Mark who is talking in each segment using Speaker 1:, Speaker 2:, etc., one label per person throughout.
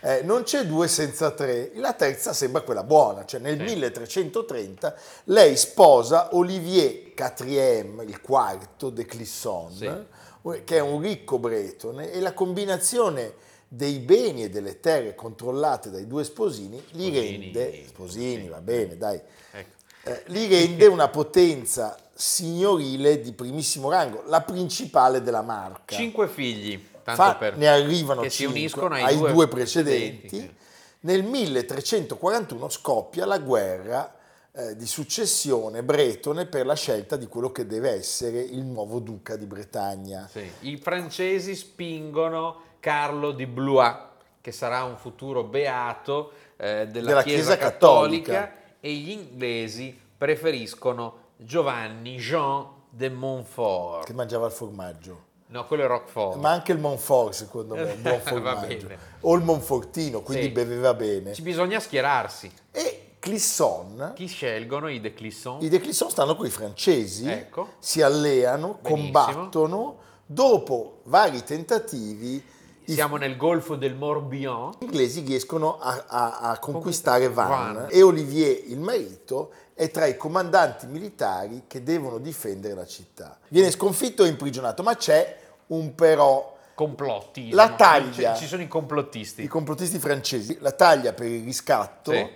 Speaker 1: Eh, non c'è due senza tre. La terza sembra quella buona, cioè nel
Speaker 2: Sì.
Speaker 1: 1330 lei sposa Olivier Catriem, il quarto de Clisson, eh,
Speaker 2: Sì.
Speaker 1: che è un ricco bretone, e la combinazione dei beni e delle terre controllate dai due sposini li
Speaker 2: Sposini.
Speaker 1: rende sposini, va bene, dai.
Speaker 2: Ecco.
Speaker 1: Eh, li rende una potenza signorile di primissimo rango, la principale della marca.
Speaker 2: Cinque figli. Tanto
Speaker 1: Fa-
Speaker 2: per...
Speaker 1: ne arrivano
Speaker 2: che si
Speaker 1: cinque
Speaker 2: uniscono ai
Speaker 1: ai
Speaker 2: due
Speaker 1: due, precedenti.
Speaker 2: precedenti,
Speaker 1: Nel 1341 scoppia la guerra eh, di successione bretone per la scelta di quello che deve essere il nuovo duca di Bretagna.
Speaker 2: Sì. I francesi spingono Carlo di Blois, che sarà un futuro beato eh, della, Chiesa, cattolica, e gli inglesi preferiscono Giovanni Jean de Montfort.
Speaker 1: Che mangiava il formaggio,
Speaker 2: No, quello è Roquefort.
Speaker 1: ma anche il Montfort, secondo me, un buon
Speaker 2: Va
Speaker 1: formaggio.
Speaker 2: bene.
Speaker 1: O il Monfortino, quindi
Speaker 2: Sì.
Speaker 1: beveva bene.
Speaker 2: Ci bisogna schierarsi.
Speaker 1: E Clisson,
Speaker 2: Chi scelgono i de Clisson?
Speaker 1: I De Clisson stanno con i francesi,
Speaker 2: Ecco.
Speaker 1: si alleano,
Speaker 2: Benissimo.
Speaker 1: combattono, dopo vari tentativi
Speaker 2: siamo nel golfo del Morbihan.
Speaker 1: Gli inglesi riescono a, a- a conquistare Vannes e Olivier, il marito, è tra i comandanti militari che devono difendere la città. Viene sconfitto e imprigionato, ma c'è un però.
Speaker 2: Complotti.
Speaker 1: La
Speaker 2: no?
Speaker 1: taglia.
Speaker 2: Ci, ci sono i complottisti.
Speaker 1: I complottisti francesi, la taglia per il riscatto
Speaker 2: Sì.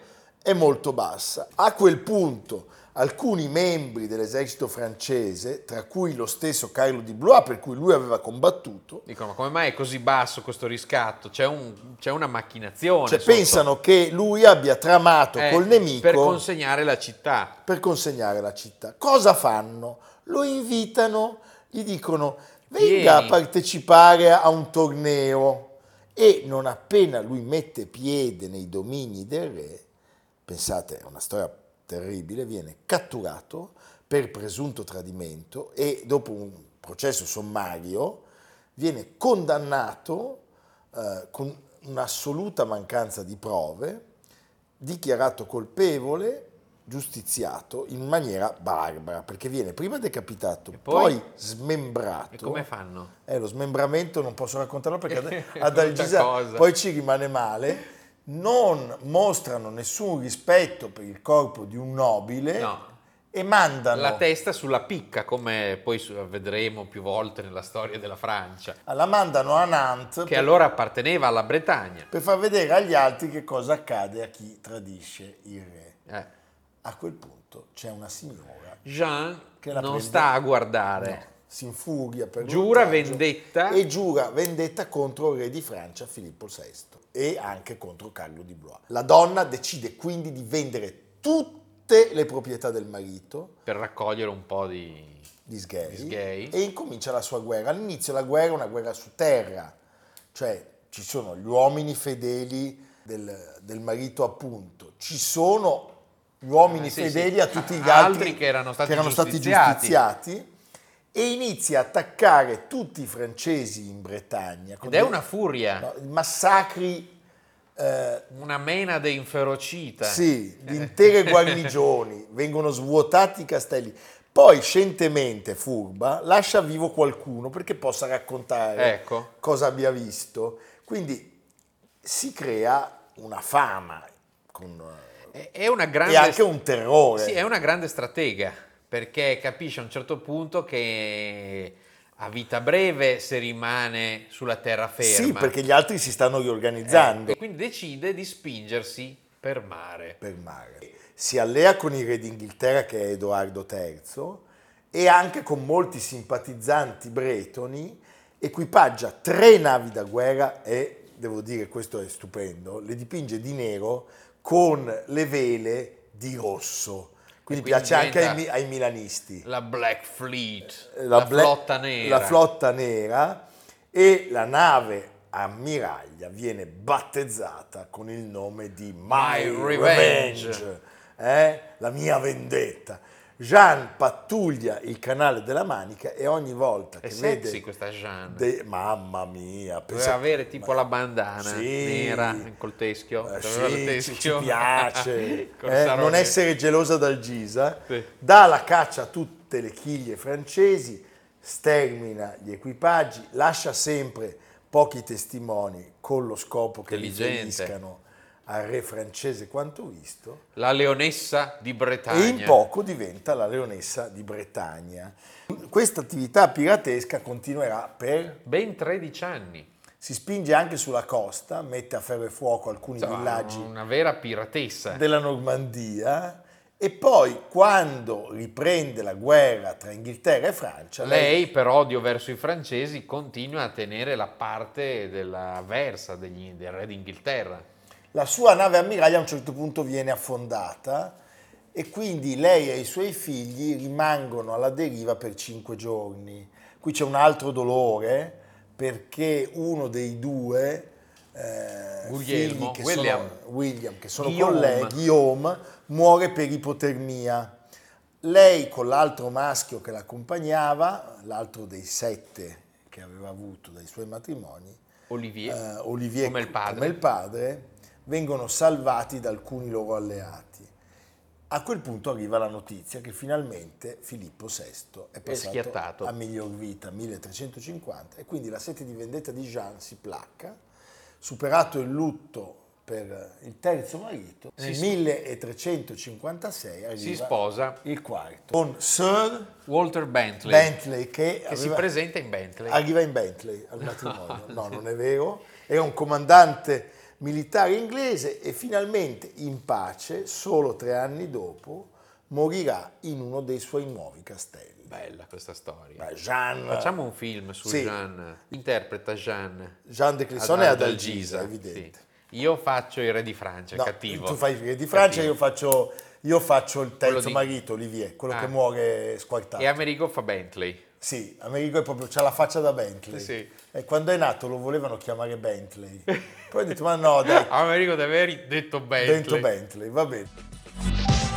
Speaker 1: è molto bassa. A quel punto alcuni membri dell'esercito francese, tra cui lo stesso Carlo di Blois, per cui lui aveva combattuto,
Speaker 2: Dicono, ma come mai è così basso questo riscatto? C'è, un- c'è una macchinazione.
Speaker 1: cioè,
Speaker 2: sotto.
Speaker 1: pensano che lui abbia tramato
Speaker 2: Eh,
Speaker 1: Esatto, col nemico
Speaker 2: Per consegnare la città.
Speaker 1: per consegnare la città. Cosa fanno? Lo invitano, gli dicono venga
Speaker 2: Vieni."
Speaker 1: a partecipare a un torneo e non appena lui mette piede nei domini del re, pensate è una storia terribile, viene catturato per presunto tradimento e dopo un processo sommario viene condannato eh, con un'assoluta mancanza di prove, dichiarato colpevole, giustiziato in maniera barbara, perché viene prima decapitato,
Speaker 2: poi?
Speaker 1: poi, smembrato.
Speaker 2: E come fanno?
Speaker 1: Eh, lo smembramento non posso raccontarlo perché
Speaker 2: È
Speaker 1: ad
Speaker 2: brutta
Speaker 1: Algisa
Speaker 2: cosa.
Speaker 1: poi ci rimane male. Non mostrano nessun rispetto per il corpo di un nobile
Speaker 2: No.
Speaker 1: e mandano
Speaker 2: La testa sulla picca, come poi su- vedremo più volte nella storia della Francia,
Speaker 1: la mandano a Nantes
Speaker 2: che
Speaker 1: per,
Speaker 2: allora apparteneva alla Bretagna.
Speaker 1: per far vedere agli altri che cosa accade a chi tradisce il re.
Speaker 2: Eh,
Speaker 1: A quel punto c'è una signora
Speaker 2: Jean
Speaker 1: Che la
Speaker 2: non
Speaker 1: prende?
Speaker 2: sta a guardare.
Speaker 1: no, si infuria per
Speaker 2: Giura
Speaker 1: l'oltraggio
Speaker 2: vendetta.
Speaker 1: e giura vendetta contro il re di Francia Filippo VI e anche contro Carlo di Blois. La donna decide quindi di vendere tutte le proprietà del marito
Speaker 2: Per raccogliere un po' di...
Speaker 1: di Sghei,
Speaker 2: Di Sghei.
Speaker 1: e incomincia la sua guerra. All'inizio la guerra è una guerra su terra, cioè ci sono gli uomini fedeli del, del marito appunto, ci sono gli uomini
Speaker 2: Eh, sì,
Speaker 1: fedeli
Speaker 2: sì.
Speaker 1: a tutti gli
Speaker 2: A-
Speaker 1: altri,
Speaker 2: altri che erano stati giustiziati.
Speaker 1: giustiziati. e inizia a attaccare tutti i francesi in Bretagna. con
Speaker 2: Ed è
Speaker 1: dei-
Speaker 2: una furia,
Speaker 1: no, massacri eh,
Speaker 2: una menade inferocita.
Speaker 1: sì, di intere guarnigioni, vengono svuotati i castelli. Poi, scientemente, furba, lascia vivo qualcuno perché possa raccontare
Speaker 2: Ecco.
Speaker 1: cosa abbia visto. Quindi si crea una fama con, eh,
Speaker 2: È è una grande...
Speaker 1: e anche un terrore.
Speaker 2: Sì, è una grande stratega, perché capisce a un certo punto che a vita breve se rimane sulla terraferma.
Speaker 1: Sì, perché gli altri si stanno riorganizzando
Speaker 2: E quindi decide di spingersi per mare.
Speaker 1: per mare. Si allea con il re d'Inghilterra che è Edoardo III e anche con molti simpatizzanti bretoni equipaggia tre navi da guerra e, devo dire, questo è stupendo, le dipinge di nero con le vele di rosso. Quindi,
Speaker 2: quindi
Speaker 1: piace anche ai,
Speaker 2: diventa-
Speaker 1: mi- ai milanisti.
Speaker 2: La Black Fleet,
Speaker 1: Eh,
Speaker 2: la,
Speaker 1: Black-
Speaker 2: flotta nera.
Speaker 1: La flotta nera e la nave ammiraglia viene battezzata con il nome di My,
Speaker 2: My
Speaker 1: Revenge,
Speaker 2: Revenge.
Speaker 1: eh? la mia vendetta. Jean pattuglia il canale della Manica e ogni volta
Speaker 2: è
Speaker 1: che
Speaker 2: sexy
Speaker 1: vede...
Speaker 2: questa Jeanne.
Speaker 1: de- mamma mia,
Speaker 2: Doveva avere tipo la bandana
Speaker 1: Sì.
Speaker 2: nera col teschio.
Speaker 1: Eh,
Speaker 2: Aveva il
Speaker 1: sì, ci, ci
Speaker 2: teschio.
Speaker 1: piace,
Speaker 2: Col
Speaker 1: eh, non
Speaker 2: sarone.
Speaker 1: essere gelosa dal Gisa,
Speaker 2: Sì.
Speaker 1: dà la caccia a tutte le chiglie francesi, stermina gli equipaggi, lascia sempre pochi testimoni con lo scopo che
Speaker 2: Intelligente.
Speaker 1: riferiscano al re francese quanto visto
Speaker 2: La leonessa di Bretagna.
Speaker 1: e in poco diventa la leonessa di Bretagna. Questa attività piratesca continuerà per
Speaker 2: Ben 13 anni.
Speaker 1: si spinge anche sulla costa, mette a ferro e fuoco alcuni
Speaker 2: Insomma,
Speaker 1: villaggi
Speaker 2: Una vera piratessa.
Speaker 1: della Normandia e poi quando riprende la guerra tra Inghilterra e Francia,
Speaker 2: Lei, per odio verso i francesi, continua a tenere la parte della versa degli- del re d'Inghilterra.
Speaker 1: la sua nave ammiraglia a un certo punto viene affondata e quindi lei e i suoi figli rimangono alla deriva per cinque giorni. Qui c'è un altro dolore perché uno dei due eh, figli
Speaker 2: Guglielmo,
Speaker 1: che
Speaker 2: William.
Speaker 1: sono William, che sono
Speaker 2: Guillaume.
Speaker 1: con lei, Guillaume, muore per ipotermia. Lei con l'altro maschio che l'accompagnava, l'altro dei sette che aveva avuto dai suoi matrimoni,
Speaker 2: Olivier,
Speaker 1: eh, Olivier
Speaker 2: come il padre.
Speaker 1: come il padre, vengono salvati da alcuni loro alleati. A quel punto arriva la notizia che finalmente Filippo VI è passato
Speaker 2: schiattato.
Speaker 1: a miglior vita 1350 e quindi la sete di vendetta di Jean si placca, superato il lutto per il terzo marito,
Speaker 2: Si
Speaker 1: nel
Speaker 2: sp-
Speaker 1: 1356 arriva
Speaker 2: Si sposa
Speaker 1: il quarto con Sir
Speaker 2: Walter Bentley,
Speaker 1: Bentley che,
Speaker 2: che si
Speaker 1: aveva-
Speaker 2: presenta in Bentley.
Speaker 1: arriva in Bentley al matrimonio. No, non è vero. Era un comandante militare inglese e finalmente in pace, solo tre anni dopo, morirà in uno dei suoi nuovi castelli.
Speaker 2: Bella questa storia.
Speaker 1: Ma Jean,
Speaker 2: Facciamo un film su
Speaker 1: Sì.
Speaker 2: Jean. Interpreta Jean.
Speaker 1: Jean de
Speaker 2: Ad-
Speaker 1: Clisson è ad Algisa,
Speaker 2: sì.
Speaker 1: evidente.
Speaker 2: Io faccio il re di Francia,
Speaker 1: No,
Speaker 2: cattivo.
Speaker 1: Tu fai il re di Francia,
Speaker 2: Cattivo.
Speaker 1: io faccio, io faccio il terzo
Speaker 2: di-
Speaker 1: marito, Olivier, quello
Speaker 2: Ah.
Speaker 1: che muore squartato.
Speaker 2: E Amerigo fa Bentley.
Speaker 1: Sì, Amerigo è proprio, c'ha la faccia da Bentley.
Speaker 2: Sì.
Speaker 1: E quando è nato lo volevano chiamare Bentley. Poi ho detto, ma no, dai,
Speaker 2: Amerigo De Veri, detto Bentley.
Speaker 1: dentro Bentley, va bene.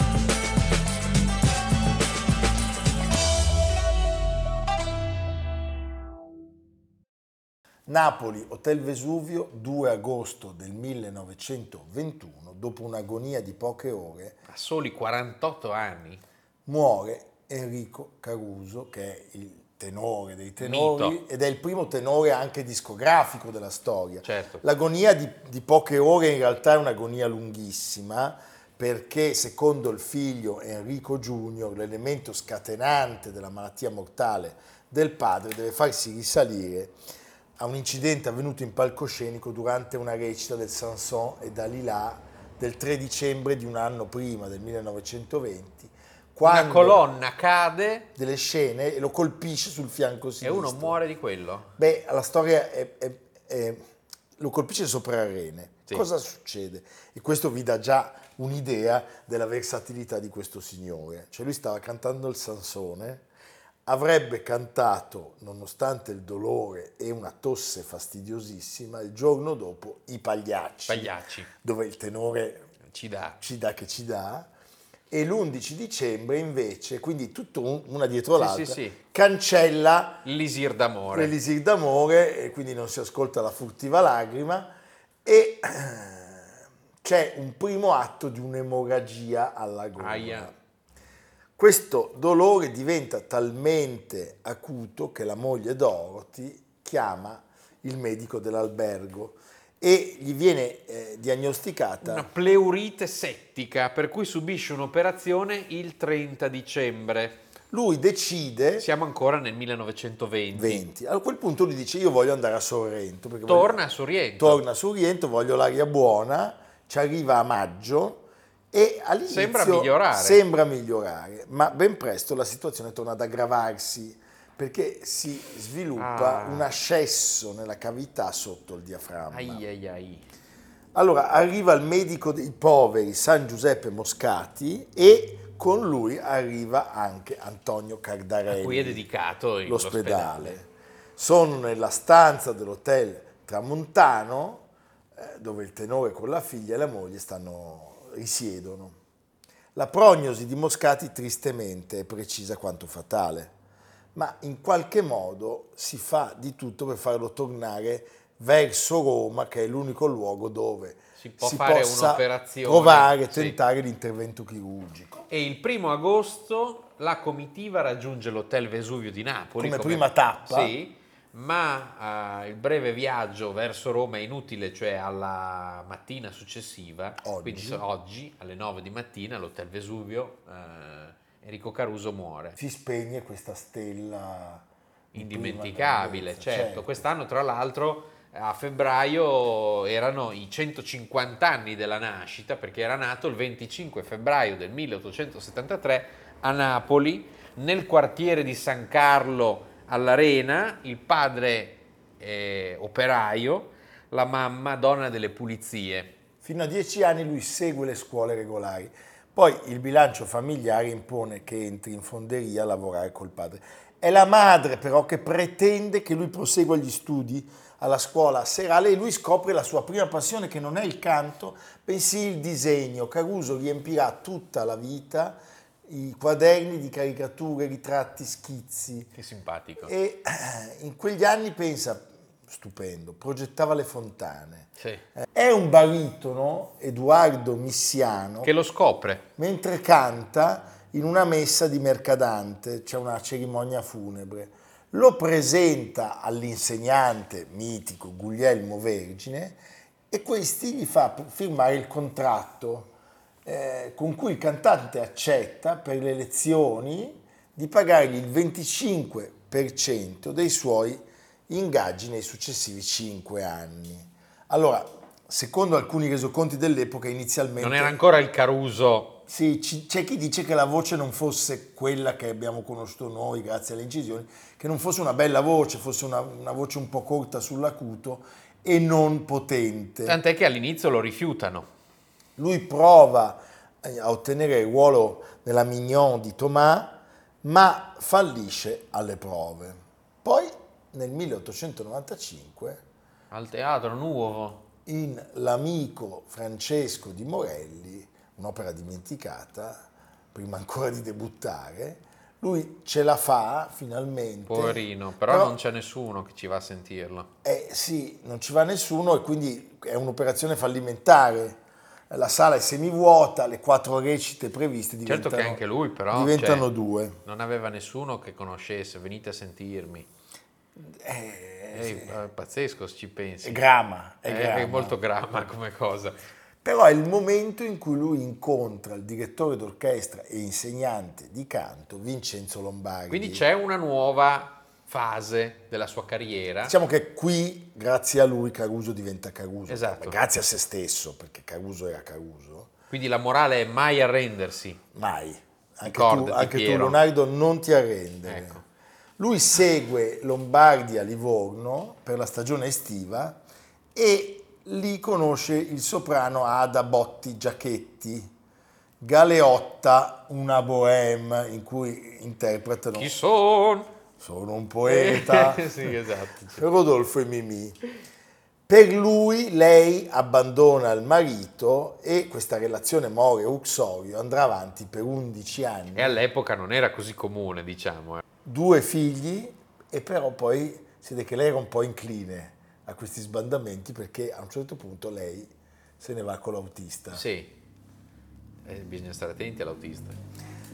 Speaker 1: Napoli, Hotel Vesuvio, 2 agosto del 1921, dopo un'agonia di poche ore,
Speaker 2: A soli 48 anni.
Speaker 1: muore Enrico Caruso, che è il tenore dei tenori
Speaker 2: Mito.
Speaker 1: ed è il primo tenore anche discografico della storia.
Speaker 2: Certo.
Speaker 1: L'agonia di, di poche ore in realtà è un'agonia lunghissima perché secondo il figlio Enrico Junior l'elemento scatenante della malattia mortale del padre deve farsi risalire a un incidente avvenuto in palcoscenico durante una recita del Sanson e Dalila del 3 dicembre di un anno prima, del 1920,
Speaker 2: Una
Speaker 1: quando
Speaker 2: colonna cade
Speaker 1: delle scene e lo colpisce sul fianco
Speaker 2: e
Speaker 1: sinistro.
Speaker 2: uno muore di quello.
Speaker 1: Beh, la storia è- è- è- lo colpisce sopra la rene.
Speaker 2: Sì.
Speaker 1: Cosa succede? E questo vi dà già un'idea della versatilità di questo signore. Cioè lui stava cantando il Sansone, avrebbe cantato, nonostante il dolore e una tosse fastidiosissima, il giorno dopo I Pagliacci,
Speaker 2: Pagliacci.
Speaker 1: dove il tenore
Speaker 2: Ci dà.
Speaker 1: ci dà che ci dà, e l'11 dicembre invece, quindi tutto un- una dietro
Speaker 2: Sì,
Speaker 1: l'altra,
Speaker 2: sì, sì.
Speaker 1: cancella
Speaker 2: L'isir d'amore.
Speaker 1: l'elisir d'amore e quindi non si ascolta la furtiva lacrima e c'è un primo atto di un'emorragia alla gola.
Speaker 2: Aia.
Speaker 1: Questo dolore diventa talmente acuto che la moglie Dorothy chiama il medico dell'albergo e gli viene eh, diagnosticata
Speaker 2: Una pleurite settica, per cui subisce un'operazione il 30 dicembre.
Speaker 1: lui decide
Speaker 2: Siamo ancora nel 1920.
Speaker 1: 20 a quel punto lui dice io voglio andare a Sorrento perché voglio-
Speaker 2: Torna a Sorrento.
Speaker 1: torna su Riento, voglio l'aria buona, ci arriva a maggio e all'inizio
Speaker 2: Sembra migliorare.
Speaker 1: sembra migliorare, ma ben presto la situazione torna ad aggravarsi perché si sviluppa
Speaker 2: Ah.
Speaker 1: un ascesso nella cavità sotto il diaframma.
Speaker 2: Ai ai ai.
Speaker 1: Allora arriva il medico dei poveri San Giuseppe Moscati e con lui arriva anche Antonio Cardarelli
Speaker 2: Qui è dedicato il-
Speaker 1: l'ospedale. Sono nella stanza dell'hotel Tramontano eh, dove il tenore con la figlia e la moglie stanno, risiedono. La prognosi di Moscati tristemente è precisa quanto fatale, ma in qualche modo si fa di tutto per farlo tornare verso Roma, che è l'unico luogo dove
Speaker 2: Si può fare
Speaker 1: possa
Speaker 2: un'operazione,
Speaker 1: provare,
Speaker 2: sì.
Speaker 1: tentare l'intervento chirurgico.
Speaker 2: Ecco. E il primo agosto la comitiva raggiunge l'hotel Vesuvio di Napoli.
Speaker 1: Come prima tappa.
Speaker 2: Sì, ma eh, il breve viaggio verso Roma è inutile, cioè alla mattina successiva,
Speaker 1: Oggi.
Speaker 2: quindi so- oggi alle 9 di mattina all'hotel Vesuvio eh, Enrico Caruso muore.
Speaker 1: Si spegne questa stella di prima
Speaker 2: Indimenticabile,
Speaker 1: grandezza,
Speaker 2: certo. Quest'anno, tra l'altro, a febbraio erano i 150 anni della nascita, perché era nato il 25 febbraio del 1873 a Napoli, nel quartiere di San Carlo all'Arena, il padre eh, operaio, la mamma donna delle pulizie.
Speaker 1: Fino a dieci anni lui segue le scuole regolari. Poi il bilancio familiare impone che entri in fonderia a lavorare col padre. È la madre però che pretende che lui prosegua gli studi alla scuola serale e lui scopre la sua prima passione che non è il canto, bensì il disegno. Caruso riempirà tutta la vita i quaderni di caricature, ritratti, schizzi
Speaker 2: Certo. Che simpatico.
Speaker 1: e eh, in quegli anni pensa stupendo, progettava le fontane.
Speaker 2: Sì.
Speaker 1: È un baritono, Edoardo Missiano,
Speaker 2: Che lo scopre.
Speaker 1: mentre canta in una messa di Mercadante, c'è una cerimonia funebre. Lo presenta all'insegnante mitico Guglielmo Vergine e questi gli fa firmare il contratto eh, con cui il cantante accetta per le lezioni di pagargli il 25% dei suoi ingaggi nei successivi 5 anni. Allora, secondo alcuni resoconti dell'epoca inizialmente...
Speaker 2: Non era ancora il Caruso.
Speaker 1: Sì, ci- c'è chi dice che la voce non fosse quella che abbiamo conosciuto noi grazie alle incisioni, che non fosse una bella voce, fosse una, una voce un po' corta sull'acuto e non potente.
Speaker 2: Tant'è che all'inizio lo rifiutano.
Speaker 1: Lui prova eh, a ottenere il ruolo nella Mignon di Thomas, ma fallisce alle prove. Poi nel 1895
Speaker 2: Al teatro nuovo.
Speaker 1: in L'amico Francesco di Morelli, un'opera dimenticata, prima ancora di debuttare, lui ce la fa finalmente.
Speaker 2: Poverino, però, non c'è nessuno che ci va a Certo sentirlo.
Speaker 1: Eh sì, non ci va nessuno e quindi è un'operazione fallimentare. La sala è semivuota, le quattro recite previste diventano,
Speaker 2: Certo che anche lui però
Speaker 1: diventano
Speaker 2: cioè,
Speaker 1: due.
Speaker 2: non aveva nessuno che conoscesse, venite a sentirmi.
Speaker 1: Eh,
Speaker 2: Ehi, È pazzesco se ci pensi.
Speaker 1: È grama, è
Speaker 2: È,
Speaker 1: grama.
Speaker 2: è molto gramma come cosa.
Speaker 1: Però è il momento in cui lui incontra il direttore d'orchestra e insegnante di canto Vincenzo Lombardi.
Speaker 2: Quindi c'è una nuova fase della sua carriera.
Speaker 1: Diciamo che qui, grazie a lui, Caruso diventa Caruso. Cioè,
Speaker 2: Esatto.
Speaker 1: Grazie a se stesso, perché Caruso era Caruso.
Speaker 2: Quindi la morale è mai arrendersi.
Speaker 1: Mai. Anche,
Speaker 2: Ricordati,
Speaker 1: tu, anche tu,
Speaker 2: Piero.
Speaker 1: Leonardo, non ti arrendere.
Speaker 2: Ecco.
Speaker 1: Lui segue Lombardi a Livorno per la stagione estiva e lì conosce il soprano Ada Botti Giachetti, Galeotta, una bohème in cui interpretano
Speaker 2: Chi sono?
Speaker 1: Sono un poeta,
Speaker 2: sì, esatto.
Speaker 1: Rodolfo e Mimì. Per lui lei abbandona il marito e questa relazione More-Uxorio andrà avanti per 11 anni.
Speaker 2: E all'epoca non era così comune, diciamo. eh.
Speaker 1: Due figli e però poi si vede che lei era un po' incline a questi sbandamenti perché a un certo punto lei se ne va con l'autista.
Speaker 2: Sì. Eh, bisogna stare attenti all'autista.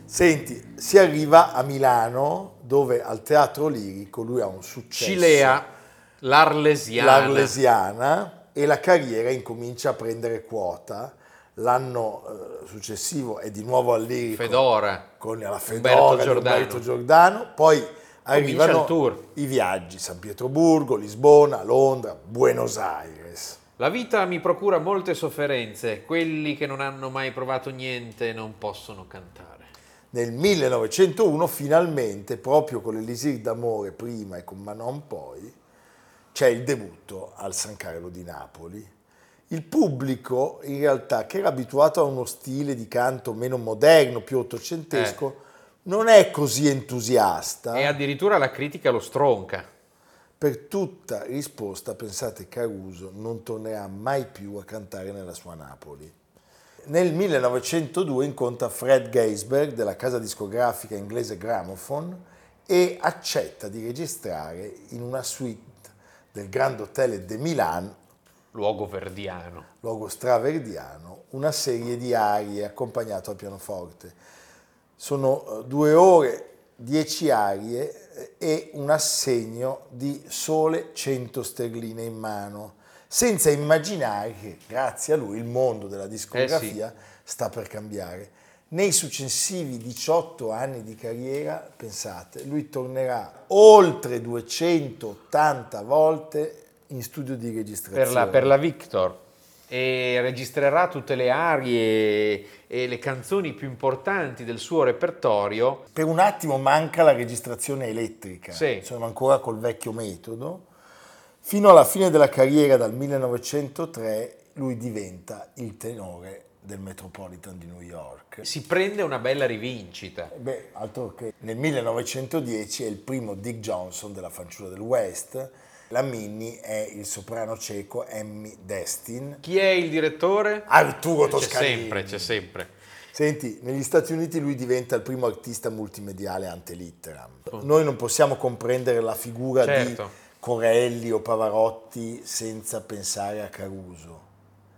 Speaker 1: Senti, si arriva a Milano dove al teatro lirico lui ha un successo.
Speaker 2: Cilea, l'arlesiana.
Speaker 1: l'arlesiana e la carriera incomincia a prendere quota. L'anno eh, successivo è di nuovo al Lirico
Speaker 2: Fedora.
Speaker 1: con la
Speaker 2: Umberto
Speaker 1: Fedora di
Speaker 2: Giordano.
Speaker 1: Umberto Giordano, poi
Speaker 2: il
Speaker 1: arrivano
Speaker 2: tour.
Speaker 1: i viaggi San Pietroburgo, Lisbona, Londra, Buenos Aires.
Speaker 2: La vita mi procura molte sofferenze. Quelli che non hanno mai provato niente non possono cantare.
Speaker 1: Nel 1901 finalmente, proprio con l'Elisir d'Amore prima e con Manon poi, c'è il debutto al San Carlo di Napoli. Il pubblico, in realtà, che era abituato a uno stile di canto meno moderno, più ottocentesco, non è così entusiasta.
Speaker 2: E addirittura la critica lo stronca.
Speaker 1: Per tutta risposta, pensate, Caruso non tornerà mai più a cantare nella sua Napoli. Nel 1902 incontra Fred Geisberg della casa discografica inglese Gramophone e accetta di registrare in una suite del Grand Hotel de Milan,
Speaker 2: Luogo verdiano.
Speaker 1: luogo straverdiano, una serie di arie accompagnato al pianoforte. Sono eh, due ore, dieci arie eh, e un assegno di sole 100 sterline in mano, senza immaginare che grazie a lui il mondo della discografia
Speaker 2: Eh
Speaker 1: sta per cambiare. Nei successivi 18 anni di carriera, pensate, lui tornerà oltre 280 volte in studio di registrazione.
Speaker 2: Per la, per la Victor. E registrerà tutte le arie e le canzoni più importanti del suo repertorio.
Speaker 1: Per un attimo manca la registrazione elettrica,
Speaker 2: Sì.
Speaker 1: sono ancora col vecchio metodo. Fino alla fine della carriera, dal 1903, lui diventa il tenore del Metropolitan di New York.
Speaker 2: Si prende una bella rivincita.
Speaker 1: Beh, altro che nel 1910 è il primo Dick Johnson della fanciulla del West, la Minnie è il soprano cieco Emmy Destin,
Speaker 2: Chi è il direttore?
Speaker 1: Arturo
Speaker 2: C'è
Speaker 1: Toscanini.
Speaker 2: sempre, c'è sempre.
Speaker 1: Senti, negli Stati Uniti lui diventa il primo artista multimediale ante litteram. Noi non possiamo comprendere la figura
Speaker 2: Certo.
Speaker 1: di Corelli o Pavarotti senza pensare a Caruso.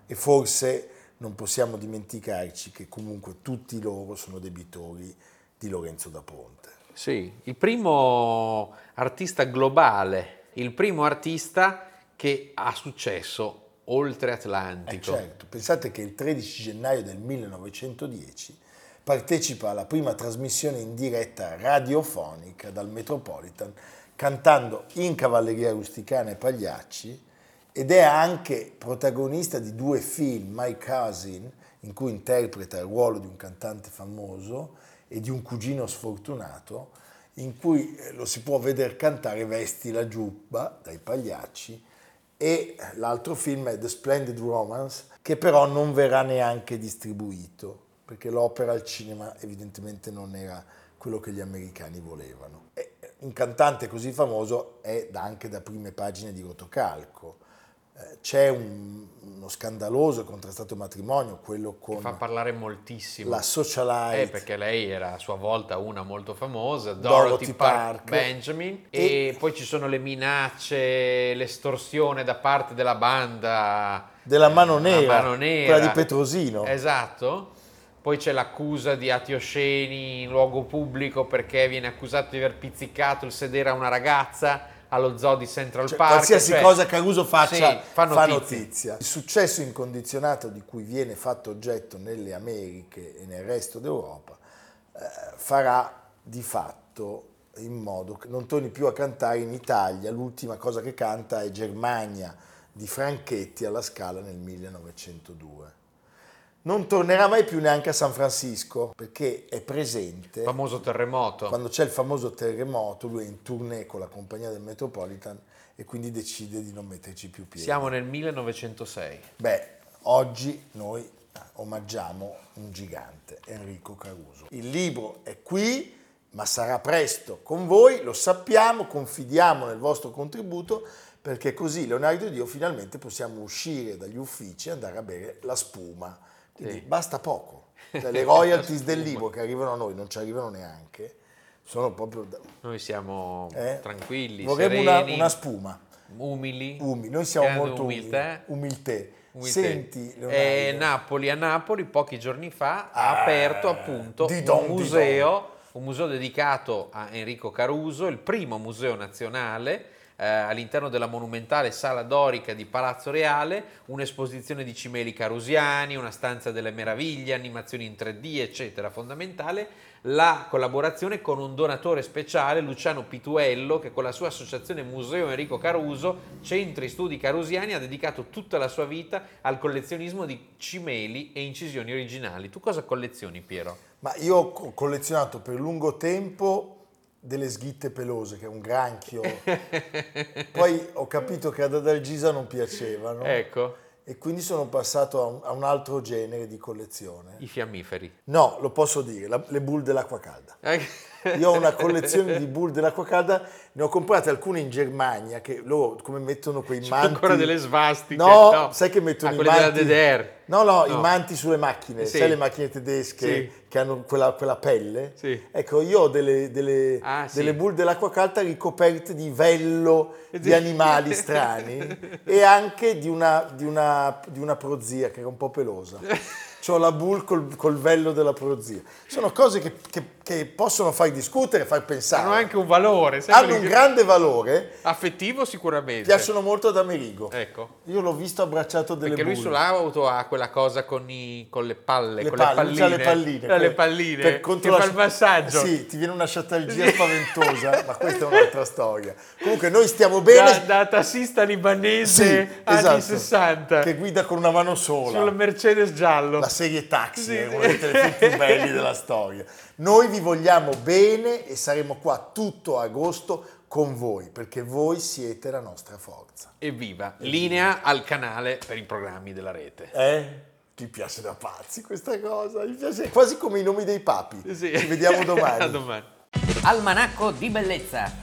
Speaker 1: E forse non possiamo dimenticarci che comunque tutti loro sono debitori di Lorenzo da Ponte.
Speaker 2: Sì, il primo artista globale, il primo artista che ha successo oltre Atlantico.
Speaker 1: Eh certo, pensate che il 13 gennaio del 1910 partecipa alla prima trasmissione in diretta radiofonica dal Metropolitan cantando in Cavalleria Rusticana e Pagliacci ed è anche protagonista di due film, My Cousin, in cui interpreta il ruolo di un cantante famoso e di un cugino sfortunato, in cui eh, lo si può vedere cantare Vesti la giubba dai pagliacci e l'altro film è The Splendid Romance, che però non verrà neanche distribuito, perché l'opera al cinema evidentemente non era quello che gli americani volevano. E un cantante così famoso è anche da prime pagine di Rotocalco Eh, c'è un, uno scandaloso contrastato matrimonio, quello con... Che
Speaker 2: fa parlare moltissimo.
Speaker 1: La socialite.
Speaker 2: Eh, perché lei era a sua volta una molto famosa, Dorothy, Dorothy Park, Benjamin. E, e, poi ci sono le minacce, l'estorsione da parte della banda...
Speaker 1: Della mano nera, mano nera. quella di Petrosino.
Speaker 2: Esatto. Poi c'è l'accusa di atti osceni in luogo pubblico perché viene accusato di aver pizzicato il sedere a una ragazza allo zoo di Central cioè, Park.
Speaker 1: Qualsiasi cioè, cosa Caruso faccia sì, fa, notizia. fa, notizia. Il successo incondizionato di cui viene fatto oggetto nelle Americhe e nel resto d'Europa eh, farà di fatto in modo che non torni più a cantare in Italia. L'ultima cosa che canta è Germania di Franchetti alla Scala nel 1902 non tornerà mai più neanche a San Francisco perché è presente. Il
Speaker 2: famoso terremoto.
Speaker 1: Quando c'è il famoso terremoto, lui è in tournée con la compagnia del Metropolitan e quindi decide di non metterci più piede.
Speaker 2: Siamo nel 1906.
Speaker 1: Beh, oggi noi ah, omaggiamo un gigante, Enrico Caruso. Il libro è qui, ma sarà presto con voi, lo sappiamo, confidiamo nel vostro contributo perché così Leonardo ed io finalmente possiamo uscire dagli uffici e andare a bere la spuma. Quindi sì. basta poco. Cioè, le royalties del libro che arrivano a noi non ci arrivano neanche. Sono proprio. Da...
Speaker 2: Noi siamo eh? tranquilli.
Speaker 1: Vorremmo una, una, spuma.
Speaker 2: Umili.
Speaker 1: umili. Noi siamo molto umiltà. umili. Umiltè. Umiltè. Senti,
Speaker 2: eh, Napoli, a Napoli pochi giorni fa ha ah, aperto appunto don, un, museo, un museo dedicato a Enrico Caruso, il primo museo nazionale eh, all'interno della monumentale sala dorica di Palazzo Reale, un'esposizione di cimeli carusiani, una stanza delle meraviglie, animazioni in 3D, eccetera. Fondamentale la collaborazione con un donatore speciale, Luciano Pituello, che con la sua associazione Museo Enrico Caruso, Centri Studi Carusiani, ha dedicato tutta la sua vita al collezionismo di cimeli e incisioni originali. Tu cosa collezioni, Piero?
Speaker 1: Ma io ho collezionato per lungo tempo delle sghitte pelose, che è un granchio. Poi ho capito che ad Adalgisa non piacevano.
Speaker 2: Ecco.
Speaker 1: E quindi sono passato a un, a un, altro genere di collezione.
Speaker 2: I fiammiferi.
Speaker 1: No, lo posso dire, la, le bull dell'acqua calda. Io ho una collezione di bull dell'acqua calda, ne ho comprate alcune in Germania, che loro come mettono quei C'è manti...
Speaker 2: ancora delle svastiche.
Speaker 1: No, no. sai che mettono ah, i manti...
Speaker 2: della DDR.
Speaker 1: No, no, no, i manti sulle macchine, sì. sai le macchine tedesche sì. che hanno quella, quella pelle?
Speaker 2: Sì.
Speaker 1: Ecco, io ho delle, delle, ah, delle bull dell'acqua calda ricoperte di vello di animali strani e anche di una, di, una, di una prozia che era un po' pelosa. C'ho la bull col, col, vello della prozia. Sono cose che, che, che, possono far discutere, far pensare.
Speaker 2: Hanno anche un valore.
Speaker 1: Hanno un grande valore.
Speaker 2: Affettivo sicuramente.
Speaker 1: Piacciono molto ad Amerigo.
Speaker 2: Ecco.
Speaker 1: Io l'ho visto abbracciato delle
Speaker 2: Perché
Speaker 1: bull.
Speaker 2: lui sull'auto ha quella cosa con, i, con le palle,
Speaker 1: le
Speaker 2: con
Speaker 1: palle,
Speaker 2: le palline.
Speaker 1: le palline.
Speaker 2: Per, le palline. Per contro la, fa il massaggio.
Speaker 1: Sì, ti viene una sciatalgia spaventosa, ma questa è un'altra storia. Comunque noi stiamo bene.
Speaker 2: Da, da tassista libanese
Speaker 1: sì,
Speaker 2: anni
Speaker 1: esatto,
Speaker 2: 60.
Speaker 1: Che guida con una mano sola.
Speaker 2: Sulla Mercedes giallo.
Speaker 1: La serie taxi sì. è uno dei telefilm più belli della storia. Noi vi vogliamo bene e saremo qua tutto agosto con voi, perché voi siete la nostra forza.
Speaker 2: Evviva! Evviva. Linea al canale per i programmi della rete.
Speaker 1: Eh? Ti piace da pazzi questa cosa? Ti piace quasi come i nomi dei papi.
Speaker 2: Sì.
Speaker 1: Ci vediamo domani.
Speaker 2: a domani.
Speaker 3: Almanacco di bellezza.